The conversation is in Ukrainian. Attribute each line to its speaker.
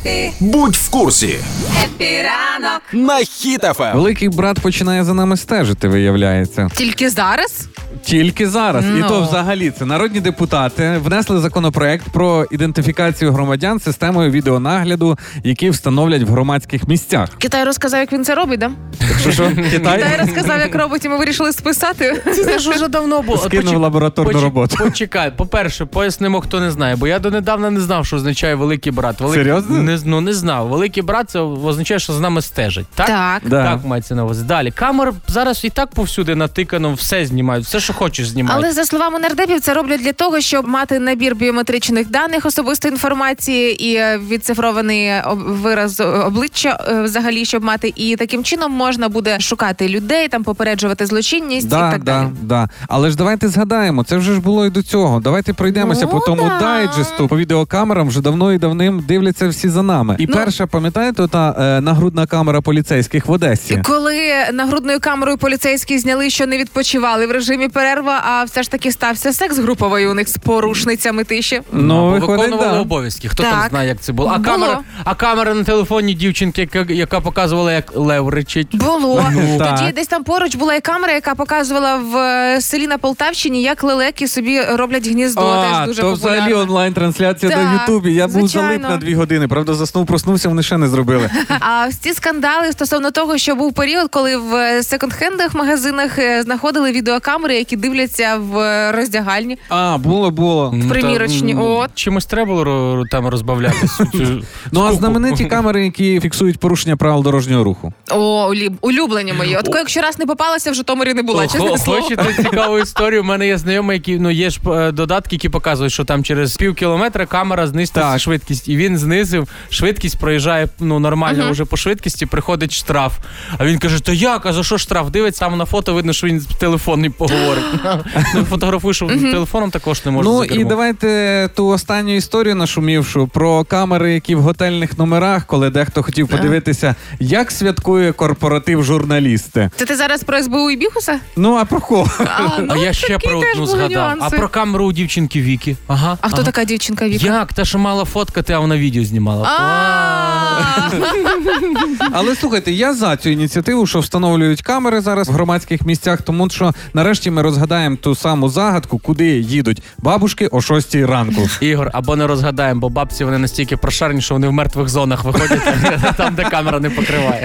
Speaker 1: Епі,
Speaker 2: Будь в курсі
Speaker 1: епі ранок.
Speaker 2: на хітафе.
Speaker 3: Великий брат починає за нами стежити, виявляється.
Speaker 4: Тільки зараз?
Speaker 3: Тільки зараз. І
Speaker 4: Ну.
Speaker 3: то взагалі це народні депутати внесли законопроект про ідентифікацію громадян системою відеонагляду, які встановлять в громадських місцях.
Speaker 4: Китай розказав, як він це робить, да?
Speaker 3: Що що
Speaker 4: Китай
Speaker 3: Китай
Speaker 4: розказав, як робить, і ми вирішили списати.
Speaker 5: Це ж уже давно було.
Speaker 3: скинув
Speaker 5: Почек-
Speaker 3: лабораторну
Speaker 5: почек-
Speaker 3: роботу.
Speaker 5: Почекай, по-перше, пояснимо, хто не знає, бо я донедавна не знав, що означає великий брат. Великий...
Speaker 3: Серйозно?
Speaker 5: Не, ну не знав. Великий брат це означає, що з нами стежить. Так?
Speaker 4: Так.
Speaker 3: Да.
Speaker 5: Так мається на увазі. Далі. Камер зараз і так повсюди натикано, все знімають, все, що хочеш, знімають.
Speaker 4: Але за словами нардепів, це роблять для того, щоб мати набір біометричних даних, особистої інформації і е, відцифрований об- вираз е, обличчя е, взагалі, щоб мати. І таким чином можна буде шукати людей, там попереджувати злочинність і
Speaker 3: Да,
Speaker 4: так
Speaker 3: да,
Speaker 4: далі.
Speaker 3: да. Але ж давайте згадаємо, це вже ж було і до цього. Давайте пройдемося
Speaker 4: Ну,
Speaker 3: по тому
Speaker 4: да.
Speaker 3: дайджесту, по відеокамерам вже давно і давним дивляться всі за нами. І
Speaker 4: Ну.
Speaker 3: перша, пам'ятаєте, та е, нагрудна камера поліцейських в Одесі.
Speaker 4: Коли нагрудною камерою поліцейські зняли, що не відпочивали в режимі перерва, а все ж таки стався секс груповий у них з порушницями тиші.
Speaker 3: Ну,
Speaker 5: Або
Speaker 3: виходить,
Speaker 5: виконували
Speaker 3: да.
Speaker 5: обов'язки. Хто
Speaker 4: Так.
Speaker 5: там знає, як це було? А
Speaker 4: Було.
Speaker 5: камера, а камера на телефоні дівчинки, яка, яка показувала, як лев речить.
Speaker 4: Було
Speaker 3: Ну,
Speaker 4: тоді
Speaker 3: так.
Speaker 4: десь там поруч була і камера, яка показувала в е, селі на Полтавщині, як лелеки собі роблять гніздо. теж
Speaker 3: А,
Speaker 4: дуже
Speaker 3: то
Speaker 4: популярно.
Speaker 3: взагалі онлайн-трансляція на
Speaker 4: Так,
Speaker 3: Ютубі. Я був
Speaker 4: звичайно.
Speaker 3: залип на дві години. Правда, заснув, проснувся, вони ще не зробили.
Speaker 4: А ці скандали стосовно того, що був період, коли в е, секонд-хендах магазинах е, знаходили відеокамери, які дивляться в е, роздягальні.
Speaker 3: А, було, було.
Speaker 5: Ну, та,
Speaker 4: примірочні,
Speaker 5: м,
Speaker 4: от.
Speaker 5: Чимось треба було ро- там розбавлятися.
Speaker 3: Ну а знамениті камери, які фіксують порушення правил дорожнього руху.
Speaker 4: О, улі- улюблені мої. От якщо раз не попалася, в Житомирі не була. Чесне
Speaker 5: Хо-
Speaker 4: слово.
Speaker 5: Хочете цікаву історію? У мене є знайомий, який ну є ж е, додатки, які показують, що там через пів кілометра камера знизить
Speaker 3: Так.
Speaker 5: швидкість, і він знизив швидкість, проїжджає ну нормально вже по швидкісті, приходить штраф. А він каже: То як? А за що штраф? Дивиться там на фото, видно, що він з телефоном поговорить. Ну, Фотографує, що телефоном також не може.
Speaker 3: ну
Speaker 5: за
Speaker 3: і
Speaker 5: кермо.
Speaker 3: давайте ту останню історію нашумівшу про камери, які в готельних номерах, коли дехто хотів подивитися, як святкує корпоратив журналісти.
Speaker 4: Це ти зараз про СБУ і Біхуса?
Speaker 3: Ну а про кого?
Speaker 4: А, ну,
Speaker 5: А я ще
Speaker 4: такі
Speaker 5: про
Speaker 4: теж
Speaker 5: одну
Speaker 4: були
Speaker 5: згадав. А
Speaker 4: нюанси.
Speaker 5: про камеру у дівчинки Вікі. Ага.
Speaker 4: А хто
Speaker 5: ага.
Speaker 4: така дівчинка Віка?
Speaker 5: Як? Та, що мала фоткати, а вона відео знімала.
Speaker 4: А,
Speaker 3: Але слухайте, я за цю ініціативу, що встановлюють камери зараз в громадських місцях, тому що нарешті ми розгадаємо ту саму загадку, куди їдуть бабушки о 6 ранку.
Speaker 5: Ігор, або не розгадаємо, бо бабці вони настільки прошарні, що вони в мертвих зонах виходять там, де камера не покриває.